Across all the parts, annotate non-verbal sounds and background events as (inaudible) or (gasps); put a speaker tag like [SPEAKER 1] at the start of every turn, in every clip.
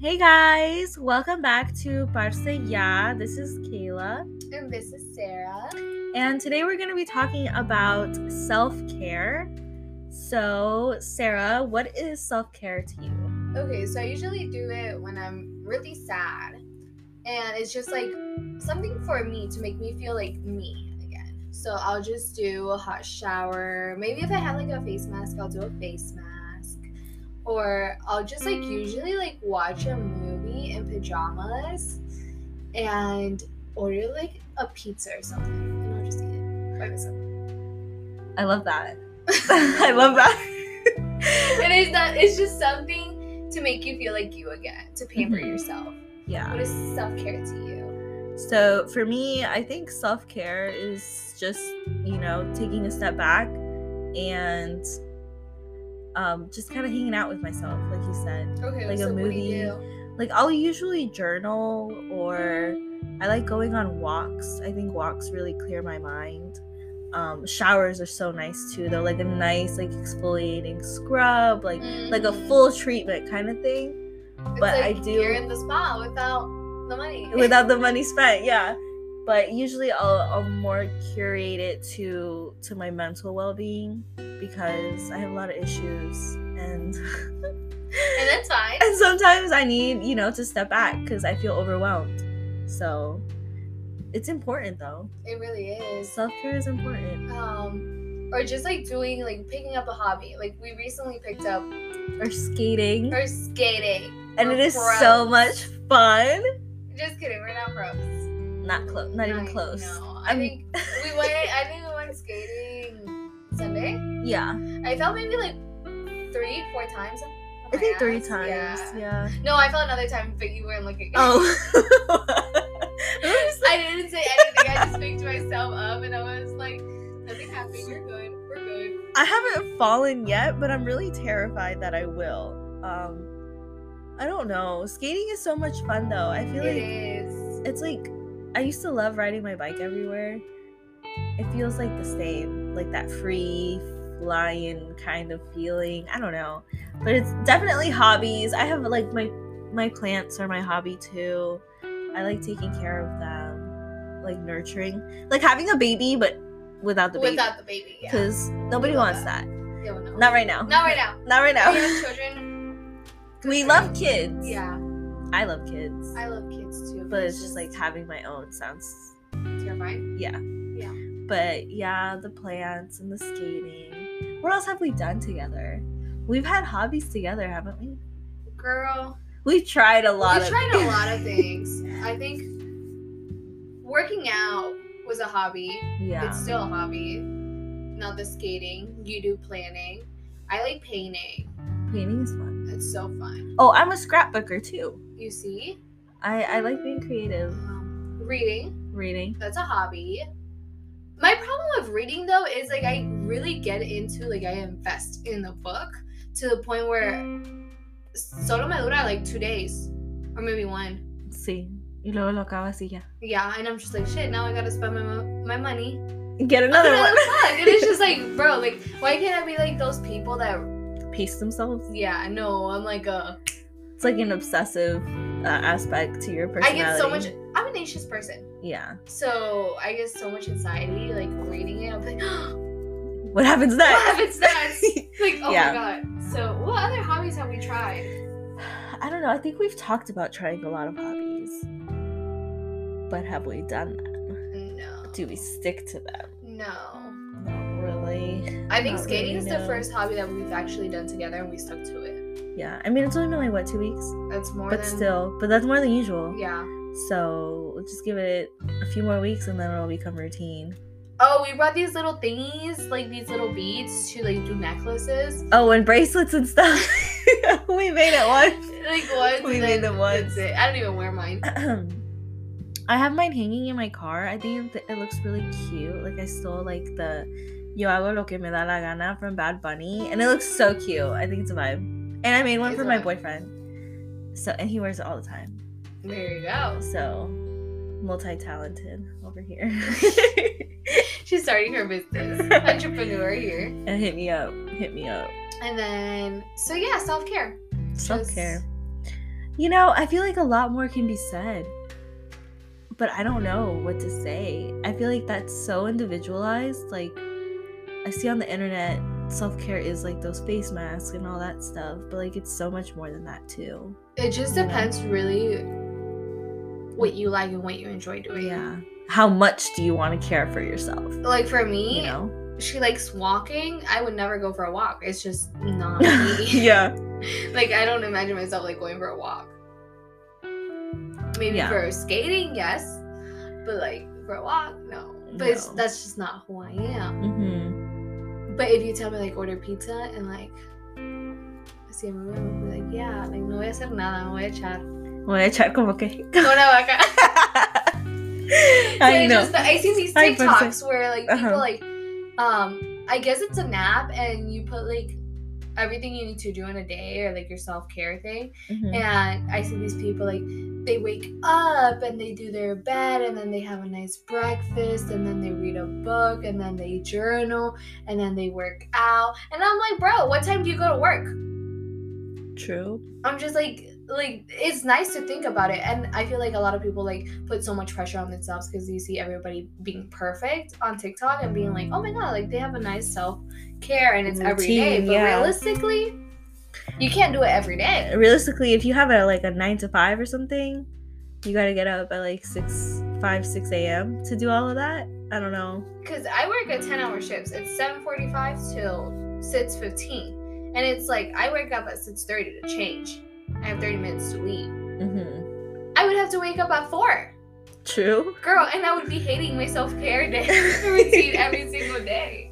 [SPEAKER 1] Hey guys, welcome back to Parce Ya. This is Kayla,
[SPEAKER 2] And this is Sarah.
[SPEAKER 1] and today we're going to be talking about self care. So, Sarah, what is self care to you?
[SPEAKER 2] Okay, so I usually do it when I'm really sad. And it's just like something for me to make me feel like me again. So I'll just do a hot shower. Maybe if I have like a face mask, I'll do a face mask. Or I'll just like usually like watch a movie in pajamas and order like a pizza or something. And I'll just eat it by myself.
[SPEAKER 1] I love that. (laughs) I love
[SPEAKER 2] (laughs)
[SPEAKER 1] that.
[SPEAKER 2] it is that it's just something to make you feel like you again, to pamper
[SPEAKER 1] Mhm.
[SPEAKER 2] yourself.
[SPEAKER 1] Yeah.
[SPEAKER 2] What is self care to you?
[SPEAKER 1] So, for me, I think self care is just, you know, taking a step back and um, just kind of hanging out with myself, like you said.
[SPEAKER 2] Okay,
[SPEAKER 1] Like a
[SPEAKER 2] so what do you do?
[SPEAKER 1] like I'll usually journal or I like going on walks. I think walks really clear my mind. Um, showers are so nice too. They're like a nice like exfoliating scrub, like like a
[SPEAKER 2] Mhm.
[SPEAKER 1] full treatment kind of thing
[SPEAKER 2] It's
[SPEAKER 1] but
[SPEAKER 2] like
[SPEAKER 1] I do-
[SPEAKER 2] You're in the spa without the money.
[SPEAKER 1] (laughs) without the money spent. Yeah, but usually I'll I'll more curate it to to my mental well being because I have a lot of issues and
[SPEAKER 2] (laughs)
[SPEAKER 1] (laughs)
[SPEAKER 2] and that's fine.
[SPEAKER 1] and sometimes I need, you know, to step back because I feel overwhelmed. So it's important though.
[SPEAKER 2] It really is.
[SPEAKER 1] Self care is important.
[SPEAKER 2] Um, or just like doing like picking up a hobby. Like we recently picked up
[SPEAKER 1] Or skating,
[SPEAKER 2] or skating.
[SPEAKER 1] Mm-hmm. and
[SPEAKER 2] we're
[SPEAKER 1] it is
[SPEAKER 2] pros.
[SPEAKER 1] so much fun.
[SPEAKER 2] Just kidding, we're not pros.
[SPEAKER 1] Not close. Not even close.
[SPEAKER 2] No, I
[SPEAKER 1] I'm-
[SPEAKER 2] think
[SPEAKER 1] (laughs)
[SPEAKER 2] we went. I think we went skating Sunday.
[SPEAKER 1] Yeah,
[SPEAKER 2] I fell maybe like three, four times. on
[SPEAKER 1] I think
[SPEAKER 2] my
[SPEAKER 1] three
[SPEAKER 2] ass.
[SPEAKER 1] times. Oh.
[SPEAKER 2] Yeah.
[SPEAKER 1] Yeah.
[SPEAKER 2] No, I fell another time, but you weren't looking.
[SPEAKER 1] (laughs) Oh.
[SPEAKER 2] (laughs) I didn't say anything. I just picked myself up, and I was like, nothing happened. You're good. We're good.
[SPEAKER 1] I haven't fallen yet, but I'm really terrified that I will. Um, I don't know. Skating is so much fun though. I feel like
[SPEAKER 2] It is.
[SPEAKER 1] it's like I used to love riding my bike everywhere. It feels like the same, like that free flying kind of feeling. I don't know, but it's definitely hobbies. I have like my my plants are my hobby too. I like taking care of them, like nurturing, like having a baby, but without the baby,
[SPEAKER 2] Without the baby, yeah.
[SPEAKER 1] because nobody
[SPEAKER 2] We love
[SPEAKER 1] wants that.
[SPEAKER 2] yeah well, no.
[SPEAKER 1] Not right now.
[SPEAKER 2] Not
[SPEAKER 1] (laughs)
[SPEAKER 2] right now.
[SPEAKER 1] Not right
[SPEAKER 2] We (laughs)
[SPEAKER 1] now.
[SPEAKER 2] have children. Good
[SPEAKER 1] we
[SPEAKER 2] for
[SPEAKER 1] love
[SPEAKER 2] you.
[SPEAKER 1] kids.
[SPEAKER 2] Yeah,
[SPEAKER 1] I love kids,
[SPEAKER 2] I love kids too.
[SPEAKER 1] but it's just like having my own sounds
[SPEAKER 2] terrifying.
[SPEAKER 1] Yeah.
[SPEAKER 2] Yeah.
[SPEAKER 1] But yeah, the plants and the skating. What else have we done together? We've had hobbies together, haven't we?
[SPEAKER 2] Girl,
[SPEAKER 1] We've tried a lot
[SPEAKER 2] we
[SPEAKER 1] of
[SPEAKER 2] tried a lot of things. I think working out was a hobby.
[SPEAKER 1] (laughs) yeah.
[SPEAKER 2] It's still a hobby. Not the skating. You do planning. I like painting.
[SPEAKER 1] Painting is fun.
[SPEAKER 2] It's so fun.
[SPEAKER 1] Oh, I'm a scrapbooker too.
[SPEAKER 2] You see?
[SPEAKER 1] I, I like being creative.
[SPEAKER 2] Um, reading.
[SPEAKER 1] Reading.
[SPEAKER 2] That's a hobby. My problem with reading though is like I really get into like I invest in the book to the point where solo me dura like two days or maybe one.
[SPEAKER 1] Sí. Y luego lo acabas y ya.
[SPEAKER 2] Yeah, and I'm just like shit. Now I gotta spend my mo- my money.
[SPEAKER 1] Get
[SPEAKER 2] (laughs)
[SPEAKER 1] another
[SPEAKER 2] Another
[SPEAKER 1] one.
[SPEAKER 2] plug.
[SPEAKER 1] (laughs)
[SPEAKER 2] and it's just like bro, like why can't I be like those people that
[SPEAKER 1] Pace themselves.
[SPEAKER 2] yeah no I'm like a
[SPEAKER 1] It's like an obsessive uh, aspect to your
[SPEAKER 2] I
[SPEAKER 1] personality.
[SPEAKER 2] get so much. I'm an anxious person,
[SPEAKER 1] Yeah.
[SPEAKER 2] so I get so much anxiety like reading it. I'm like, (gasps)
[SPEAKER 1] What happens
[SPEAKER 2] what
[SPEAKER 1] next?
[SPEAKER 2] happens next? Like, oh
[SPEAKER 1] Yeah.
[SPEAKER 2] my god. So, what other hobbies have we tried?
[SPEAKER 1] (laughs) I don't know. I think we've talked about trying a lot of hobbies, but have we done them?
[SPEAKER 2] No.
[SPEAKER 1] Do we stick to them?
[SPEAKER 2] No.
[SPEAKER 1] Not really.
[SPEAKER 2] I think
[SPEAKER 1] Not really,
[SPEAKER 2] skating is the
[SPEAKER 1] no.
[SPEAKER 2] first hobby that we've actually done together, and we stuck to it.
[SPEAKER 1] Yeah, I mean it's only been like what two weeks,
[SPEAKER 2] That's more
[SPEAKER 1] but
[SPEAKER 2] than.
[SPEAKER 1] still, but that's more than usual.
[SPEAKER 2] Yeah.
[SPEAKER 1] So we'll just give it a few more weeks, and then it'll become routine.
[SPEAKER 2] Oh, we brought these little thingies, like these little beads, to like do necklaces.
[SPEAKER 1] Oh, and bracelets and stuff. (laughs) we made it
[SPEAKER 2] Like once.
[SPEAKER 1] We
[SPEAKER 2] and
[SPEAKER 1] made
[SPEAKER 2] then
[SPEAKER 1] them once.
[SPEAKER 2] That's it. I don't even wear mine.
[SPEAKER 1] once. (clears throat) I have mine hanging in my car. I think it it looks really cute. Like I stole like the Yo hago lo que me da la gana from Bad Bunny, and it looks so cute. I think it's a vibe. And I made one
[SPEAKER 2] It's
[SPEAKER 1] for
[SPEAKER 2] a
[SPEAKER 1] my
[SPEAKER 2] vibe.
[SPEAKER 1] boyfriend. So and he wears it all the time.
[SPEAKER 2] There
[SPEAKER 1] (laughs)
[SPEAKER 2] you go.
[SPEAKER 1] So multi-talented over here. (laughs)
[SPEAKER 2] She's starting her business, entrepreneur here.
[SPEAKER 1] and hit me up. Hit me up.
[SPEAKER 2] And then, so yeah, self care.
[SPEAKER 1] Self care. You know, I feel like a lot more can be said, but I don't know what to say. I feel like that's so individualized. Like, I see on the internet, self care is like those face masks and all that stuff, but like it's so much more than that, too.
[SPEAKER 2] It just
[SPEAKER 1] Yeah.
[SPEAKER 2] depends really what you like and what you enjoy doing.
[SPEAKER 1] Yeah. How much do you want to care for yourself?
[SPEAKER 2] Like for me,
[SPEAKER 1] You know?
[SPEAKER 2] she likes walking. I would never go for a walk. It's just
[SPEAKER 1] (laughs)
[SPEAKER 2] not me.
[SPEAKER 1] (laughs) yeah.
[SPEAKER 2] (laughs) like I don't imagine myself like going for a walk. Maybe
[SPEAKER 1] Yeah.
[SPEAKER 2] for skating, yes, but like for a walk, no. But it's,
[SPEAKER 1] No.
[SPEAKER 2] that's just not who I am.
[SPEAKER 1] Mm-hmm.
[SPEAKER 2] But if you tell me like order pizza and like I see a movie, I'm like yeah, like no voy a hacer nada, me voy a echar
[SPEAKER 1] (laughs) Voy a echar como que.
[SPEAKER 2] una vaca. So
[SPEAKER 1] (laughs) I
[SPEAKER 2] it's
[SPEAKER 1] know.
[SPEAKER 2] Just, I see these
[SPEAKER 1] I person-
[SPEAKER 2] TikToks where like people
[SPEAKER 1] Uh-huh.
[SPEAKER 2] like, um, I guess it's a nap and you put like everything you need to do in a day or like your self care thing.
[SPEAKER 1] Mhm.
[SPEAKER 2] And I see these people like they wake up and they do their bed and then they have a nice breakfast and then they read a book and then they journal and then they work out. And I'm like, bro, what time do you go to work?
[SPEAKER 1] True.
[SPEAKER 2] I'm just like like it's nice to think about it and I feel like a lot of people like put so much pressure on themselves because you see everybody being perfect on TikTok and being like, Oh my god, like they have a nice self care and it's every day.
[SPEAKER 1] Routine,
[SPEAKER 2] But
[SPEAKER 1] yeah.
[SPEAKER 2] realistically, you can't do it every day.
[SPEAKER 1] realistically, if you have a like a nine to five or something, you gotta get up at like six, five, six a.m. to do all of that. I don't know.
[SPEAKER 2] Cause I work a ten hour shifts. It's seven forty five till six fifteen. And it's like I wake up at six thirty to change. I have thirty minutes to leave.
[SPEAKER 1] Mm-hmm.
[SPEAKER 2] I would have to wake up at four.
[SPEAKER 1] True.
[SPEAKER 2] Girl, and I would be hating my self care day (laughs) routine every single day.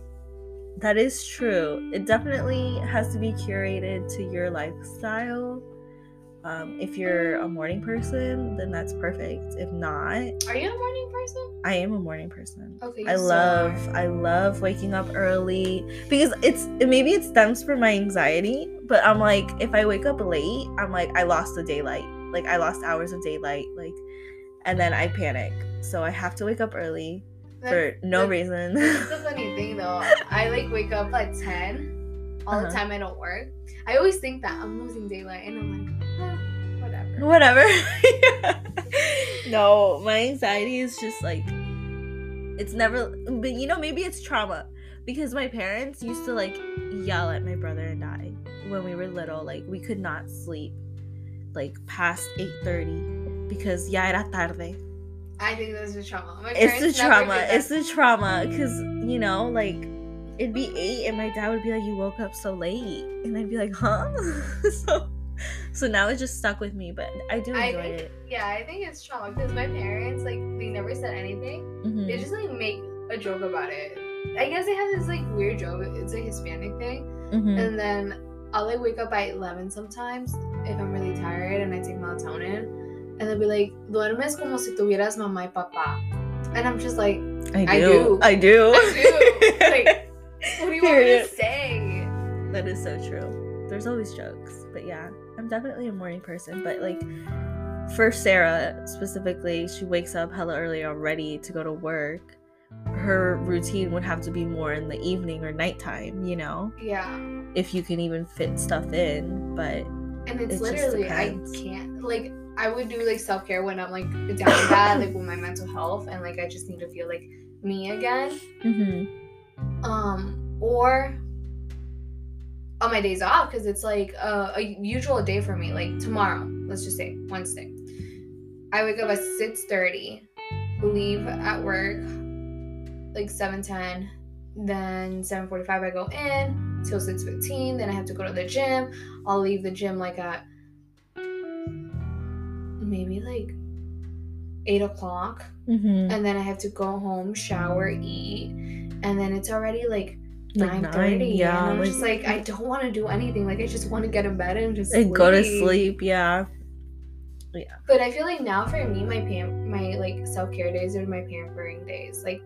[SPEAKER 1] That is true. It definitely has to be curated to your lifestyle. Um, if you're a morning person, then that's perfect. If not,
[SPEAKER 2] Are you a morning person?
[SPEAKER 1] I am a morning person.
[SPEAKER 2] Okay.
[SPEAKER 1] I love I love waking up early because it's maybe it stems from my anxiety, but I'm like if I wake up late, I'm like I lost the daylight. Like I lost hours of daylight like and then I panic. So I have to wake up early for no reason. (laughs)
[SPEAKER 2] That's the funny thing though. I like wake up at ten. All the
[SPEAKER 1] Uh-huh.
[SPEAKER 2] time I don't work. I always think that I'm losing daylight, and I'm like, "Huh, whatever.
[SPEAKER 1] Whatever. (laughs) no, my anxiety is just like it's never but you know maybe it's trauma because my parents used to like yell at my brother and I when we were little like we could not sleep like past 8:30 because ya era tarde.
[SPEAKER 2] I think that's the trauma. My
[SPEAKER 1] It's the
[SPEAKER 2] parents never did
[SPEAKER 1] trauma.
[SPEAKER 2] that.
[SPEAKER 1] It's the trauma cuz you know like it'd be 8 and my dad would be like you woke up so late and I'd be like huh? (laughs) so so now it just stuck with me but I do enjoy
[SPEAKER 2] I think-
[SPEAKER 1] it.
[SPEAKER 2] yeah. I think it's trauma because my parents like they never said anything.
[SPEAKER 1] Mhm.
[SPEAKER 2] They just like make a joke about it. I guess they have this like weird joke. It's a Hispanic thing.
[SPEAKER 1] Mhm.
[SPEAKER 2] And then I'll like wake up by 11 sometimes if I'm really tired and I take melatonin. And they'll be like, duermes como si tuvieras mamá y papá. And I'm just like, I do.
[SPEAKER 1] I do.
[SPEAKER 2] I
[SPEAKER 1] (laughs)
[SPEAKER 2] do. like, what do you want me to
[SPEAKER 1] Period.
[SPEAKER 2] say?
[SPEAKER 1] that is so true. There's always jokes, but yeah, I'm definitely a morning person. But like for Sarah specifically, she wakes up hella early already to go to work. Her routine would have to be more in the evening or nighttime, you know,
[SPEAKER 2] Yeah.
[SPEAKER 1] if you can even fit stuff in. But
[SPEAKER 2] And it's
[SPEAKER 1] It just
[SPEAKER 2] literally, I
[SPEAKER 1] depends.
[SPEAKER 2] can't, like, I would do like self care when I'm like down bad, like with my mental health, and like I just need to feel like me again.
[SPEAKER 1] Mhm.
[SPEAKER 2] um or on my days off because it's like uh, a, a usual day for me like tomorrow let's just say wednesday i wake up at 6.30 leave at work like 7.10 then 7.45 i go in till 6.15 then i have to go to the gym i'll leave the gym like at maybe like 8 o'clock
[SPEAKER 1] Mhm.
[SPEAKER 2] and then I have to go home, shower, eat, and then it's already like
[SPEAKER 1] Like
[SPEAKER 2] nine thirty.
[SPEAKER 1] nine, yeah,
[SPEAKER 2] and I'm
[SPEAKER 1] like-
[SPEAKER 2] just like I don't want to do anything. Like I just want to get in bed and just
[SPEAKER 1] and go to sleep. Yeah.
[SPEAKER 2] But I feel like now for me, my pam- my like self care days are my pampering days. Like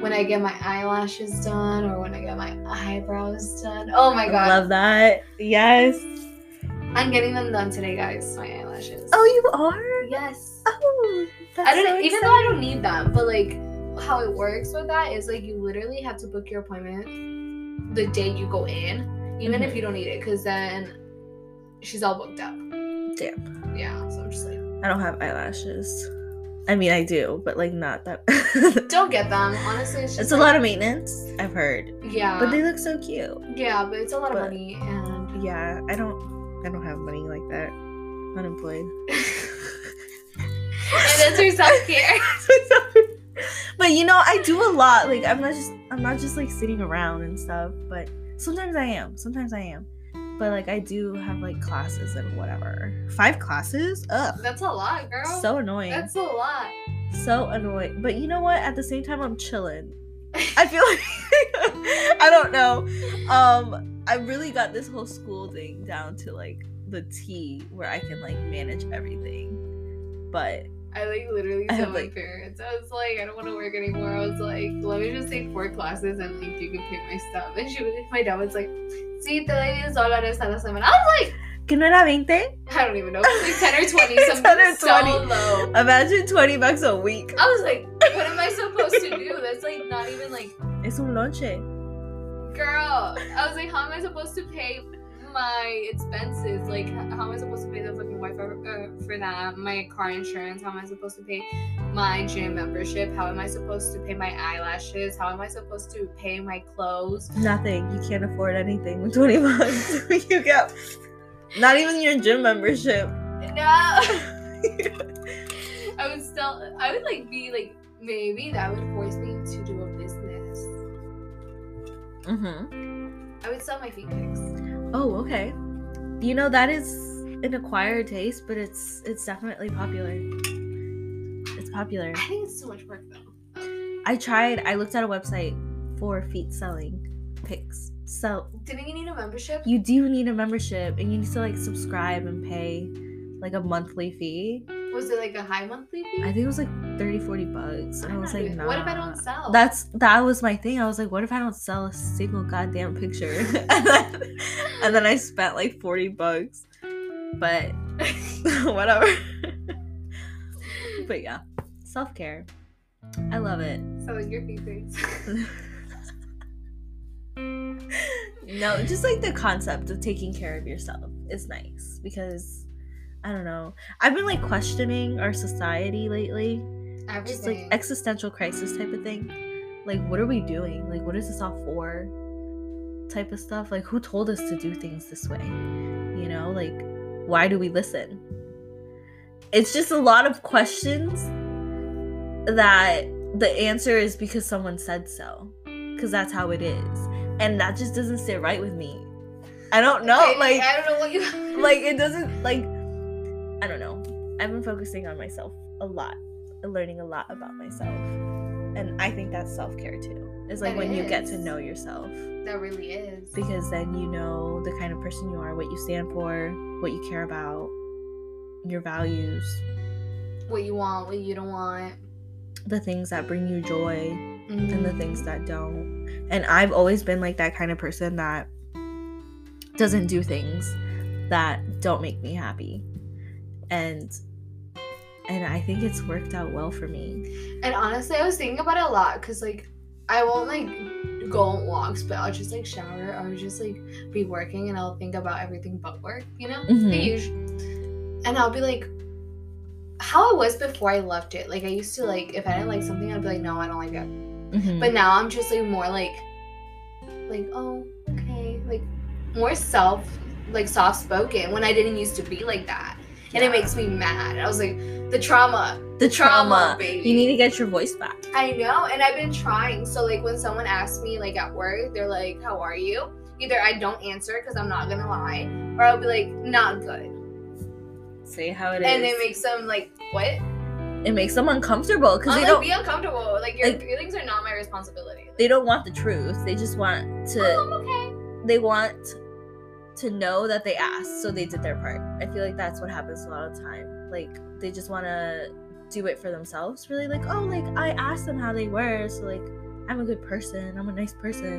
[SPEAKER 2] when I get my eyelashes done or when I get my eyebrows done. Oh my god,
[SPEAKER 1] Love that. Yes.
[SPEAKER 2] I'm getting them done today, guys. My eyelashes.
[SPEAKER 1] Oh, you are.
[SPEAKER 2] yes.
[SPEAKER 1] Oh, that's
[SPEAKER 2] I don't
[SPEAKER 1] so
[SPEAKER 2] even though I don't need them, but like how it works with that is like you literally have to book your appointment the day you go in, even if
[SPEAKER 1] Mhm.
[SPEAKER 2] you don't need it, because then she's all booked up.
[SPEAKER 1] Damn.
[SPEAKER 2] Yeah. So I'm just like,
[SPEAKER 1] I don't have eyelashes. I mean, I do, but like not that. (laughs)
[SPEAKER 2] don't get them. Honestly, it's just
[SPEAKER 1] it's a lot of maintenance. I've heard,
[SPEAKER 2] of. Yeah.
[SPEAKER 1] but they look so cute.
[SPEAKER 2] yeah, but it's a lot
[SPEAKER 1] but-
[SPEAKER 2] of money and. (laughs)
[SPEAKER 1] Yeah, I don't. I don't have money like that. (laughs) Unemployed.
[SPEAKER 2] and that's your self care.
[SPEAKER 1] (laughs) but you know, I do a lot. Like I'm not just. I'm not just like sitting around and stuff. But sometimes I am. Sometimes I am. But like I do have like classes and whatever. Five classes. Ugh.
[SPEAKER 2] (laughs) That's a lot, girl.
[SPEAKER 1] So annoying.
[SPEAKER 2] That's a lot.
[SPEAKER 1] so annoying. But you know what? At the same time, I'm chilling.
[SPEAKER 2] (laughs)
[SPEAKER 1] I feel like (laughs) I don't know. Um, I really got this whole school thing down to like the T, where I can like manage everything. But
[SPEAKER 2] I like literally
[SPEAKER 1] I
[SPEAKER 2] told
[SPEAKER 1] have,
[SPEAKER 2] my
[SPEAKER 1] like-
[SPEAKER 2] parents. I was like, I don't want to work anymore. I was like, let me just take four classes and like you can pay my stuff. And she was, my dad was like, sí, te doy 10 dólares a la semana. I was like,
[SPEAKER 1] que no era 20?
[SPEAKER 2] I don't even know, like
[SPEAKER 1] (laughs)
[SPEAKER 2] 10 or 20, something
[SPEAKER 1] 10 or
[SPEAKER 2] so
[SPEAKER 1] 20.
[SPEAKER 2] low.
[SPEAKER 1] Imagine 20 bucks a week.
[SPEAKER 2] I was like, what am I supposed to do? That's like not even like,
[SPEAKER 1] Es un lonche.
[SPEAKER 2] girl. I was like, how am I supposed to pay my expenses? Like, h- how am I supposed to pay the fucking Wi-Fi uh, for that? My car insurance? How am I supposed to pay my gym membership? How am I supposed to pay my eyelashes? How am I supposed to pay my clothes?
[SPEAKER 1] Nothing. You can't afford anything with 20 (laughs) bucks. you get not even your gym membership.
[SPEAKER 2] No. (laughs) I would still. I would like be like maybe that would force me to do a business.
[SPEAKER 1] Mm-hmm.
[SPEAKER 2] I would sell my feet pics.
[SPEAKER 1] Oh, okay. You know that is an acquired taste, but it's it's definitely popular. It's popular.
[SPEAKER 2] I think it's so much work though.
[SPEAKER 1] I tried. I looked at a website for feet selling pics. So
[SPEAKER 2] Didn't you need a membership?
[SPEAKER 1] you do need a membership, and you need to like subscribe and pay like a monthly fee.
[SPEAKER 2] Was it like a high monthly fee?
[SPEAKER 1] I think it was like 30, 40 bucks, and I
[SPEAKER 2] I'm
[SPEAKER 1] was
[SPEAKER 2] not
[SPEAKER 1] like,
[SPEAKER 2] doing-
[SPEAKER 1] nah.
[SPEAKER 2] What if I don't sell?
[SPEAKER 1] That's that was my thing. I was like, what if I don't sell a single goddamn picture? (laughs) and, then, and then I spent like 40 bucks. But (laughs) whatever. but yeah. Self-care. I love it. (laughs)
[SPEAKER 2] selling your feet (laughs) pics.
[SPEAKER 1] no, just like the concept of taking care of yourself is nice because I don't know. I've been like questioning our society lately just like
[SPEAKER 2] Everything.
[SPEAKER 1] existential crisis type of thing. Like, what are we doing? Like, what is this all for? Type of stuff. Like, who told us to do things this way? You know, like, why do we listen? It's just a lot of questions that the answer is because someone said so, because that's how it is, and that just doesn't sit right with me. I don't know,
[SPEAKER 2] Okay,
[SPEAKER 1] like
[SPEAKER 2] I don't know what you (laughs)
[SPEAKER 1] like it doesn't like i don't know i've been focusing on myself a lot learning a lot about myself and i think that's self-care too it's like
[SPEAKER 2] It
[SPEAKER 1] when you get to
[SPEAKER 2] is.
[SPEAKER 1] know yourself
[SPEAKER 2] That really is.
[SPEAKER 1] because then you know the kind of person you are what you stand for what you care about your values
[SPEAKER 2] what you want, what you don't want,
[SPEAKER 1] the things that bring you joy and the
[SPEAKER 2] Mhm.
[SPEAKER 1] things that don't. And I've always been like that kind of person that doesn't do things that don't make me happy. And and I think it's worked out well for me.
[SPEAKER 2] And honestly, I was thinking about it a lot because like I won't like go on walks, but I'll just like shower or just like be working and I'll think about everything but work, you know,
[SPEAKER 1] Mhm.
[SPEAKER 2] the usual. And I'll be like, how it was before I left it. Like I used to like if I didn't like something, I'd be like, no, I don't like that.
[SPEAKER 1] But
[SPEAKER 2] But now I'm just like more like, like oh okay, like more self, like soft spoken. When I didn't used to be like that, and it
[SPEAKER 1] Yeah.
[SPEAKER 2] makes me mad. I was like the trauma.
[SPEAKER 1] the trauma,
[SPEAKER 2] trauma, baby.
[SPEAKER 1] you need to get your voice back.
[SPEAKER 2] I know, and I've been trying. So like when someone asks me like at work, they're like, "How are you?" Either I don't answer because I'm not gonna lie, or I'll be like, "Not good,"
[SPEAKER 1] Say how it is.
[SPEAKER 2] and it makes them like, "What?"
[SPEAKER 1] it makes them uncomfortable because
[SPEAKER 2] I'm
[SPEAKER 1] they
[SPEAKER 2] like,
[SPEAKER 1] don't
[SPEAKER 2] be uncomfortable. Like your
[SPEAKER 1] like-
[SPEAKER 2] feelings are not my responsibility. Like,
[SPEAKER 1] they don't want the truth. They just want to
[SPEAKER 2] "Oh, I'm okay.
[SPEAKER 1] they want to know that they asked, so they did their part. I feel like that's what happens a lot of time. Like they just want to do it for themselves. Really, like oh, like I asked them how they were, so like I'm a good person, I'm a nice person.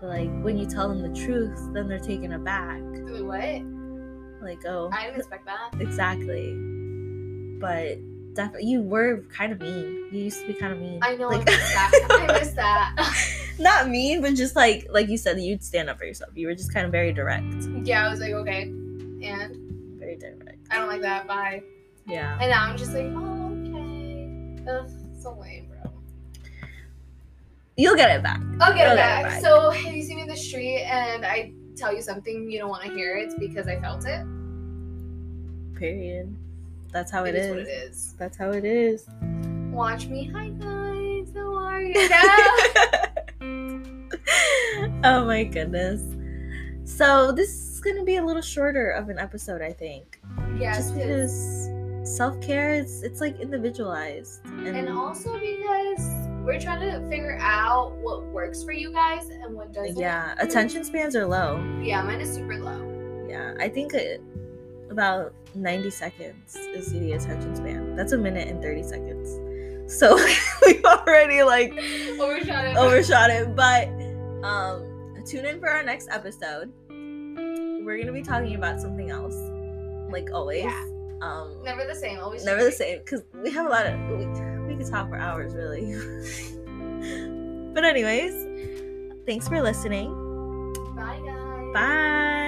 [SPEAKER 1] But like when you tell them the truth, then they're taken aback.
[SPEAKER 2] Like, What?
[SPEAKER 1] Like oh,
[SPEAKER 2] I didn't expect that."
[SPEAKER 1] exactly. But definitely, you were kind of mean. You used to be kind of mean.
[SPEAKER 2] I know.
[SPEAKER 1] Like, (laughs)
[SPEAKER 2] I miss that. I miss that. (laughs)
[SPEAKER 1] not mean, but just like like you said, you'd stand up for yourself. You were just kind of very direct,
[SPEAKER 2] yeah, I was like, okay, and
[SPEAKER 1] very direct.
[SPEAKER 2] I don't like that. Bye.
[SPEAKER 1] Yeah.
[SPEAKER 2] And now I'm just like, oh, okay. Ugh, so lame, bro.
[SPEAKER 1] You'll get it back.
[SPEAKER 2] I'll get
[SPEAKER 1] Okay,
[SPEAKER 2] it back.
[SPEAKER 1] bye.
[SPEAKER 2] So, have you seen me in the street and I tell you something you don't want to hear? It's because I felt it.
[SPEAKER 1] Period. That's how
[SPEAKER 2] it is, what
[SPEAKER 1] Oh, it
[SPEAKER 2] it
[SPEAKER 1] is.
[SPEAKER 2] is.
[SPEAKER 1] That's how it (laughs) is.
[SPEAKER 2] Watch me. Hi, guys. How are you? (laughs) Yeah.
[SPEAKER 1] oh my goodness. So this is gonna be a little shorter of an episode, I think.
[SPEAKER 2] yes.
[SPEAKER 1] Just
[SPEAKER 2] 'cause-
[SPEAKER 1] because self care is it's like individualized. And,
[SPEAKER 2] And also because we're trying to figure out what works for you guys and what doesn't.
[SPEAKER 1] yeah, attention spans are low.
[SPEAKER 2] Yeah, mine is super low. (laughs)
[SPEAKER 1] Yeah, I think it, about 90 seconds is the attention span. That's a minute and 30 seconds. So (laughs) we've already like
[SPEAKER 2] (laughs) Overshadowed.
[SPEAKER 1] overshot it, but um, tune in for our next episode. We're gonna be talking about something else, like always.
[SPEAKER 2] Yeah.
[SPEAKER 1] Um,
[SPEAKER 2] Never the same. Always.
[SPEAKER 1] never the
[SPEAKER 2] changing.
[SPEAKER 1] same because we have a lot of we, we could talk for hours really. (laughs) but anyways, thanks for listening.
[SPEAKER 2] Bye, guys.
[SPEAKER 1] Bye.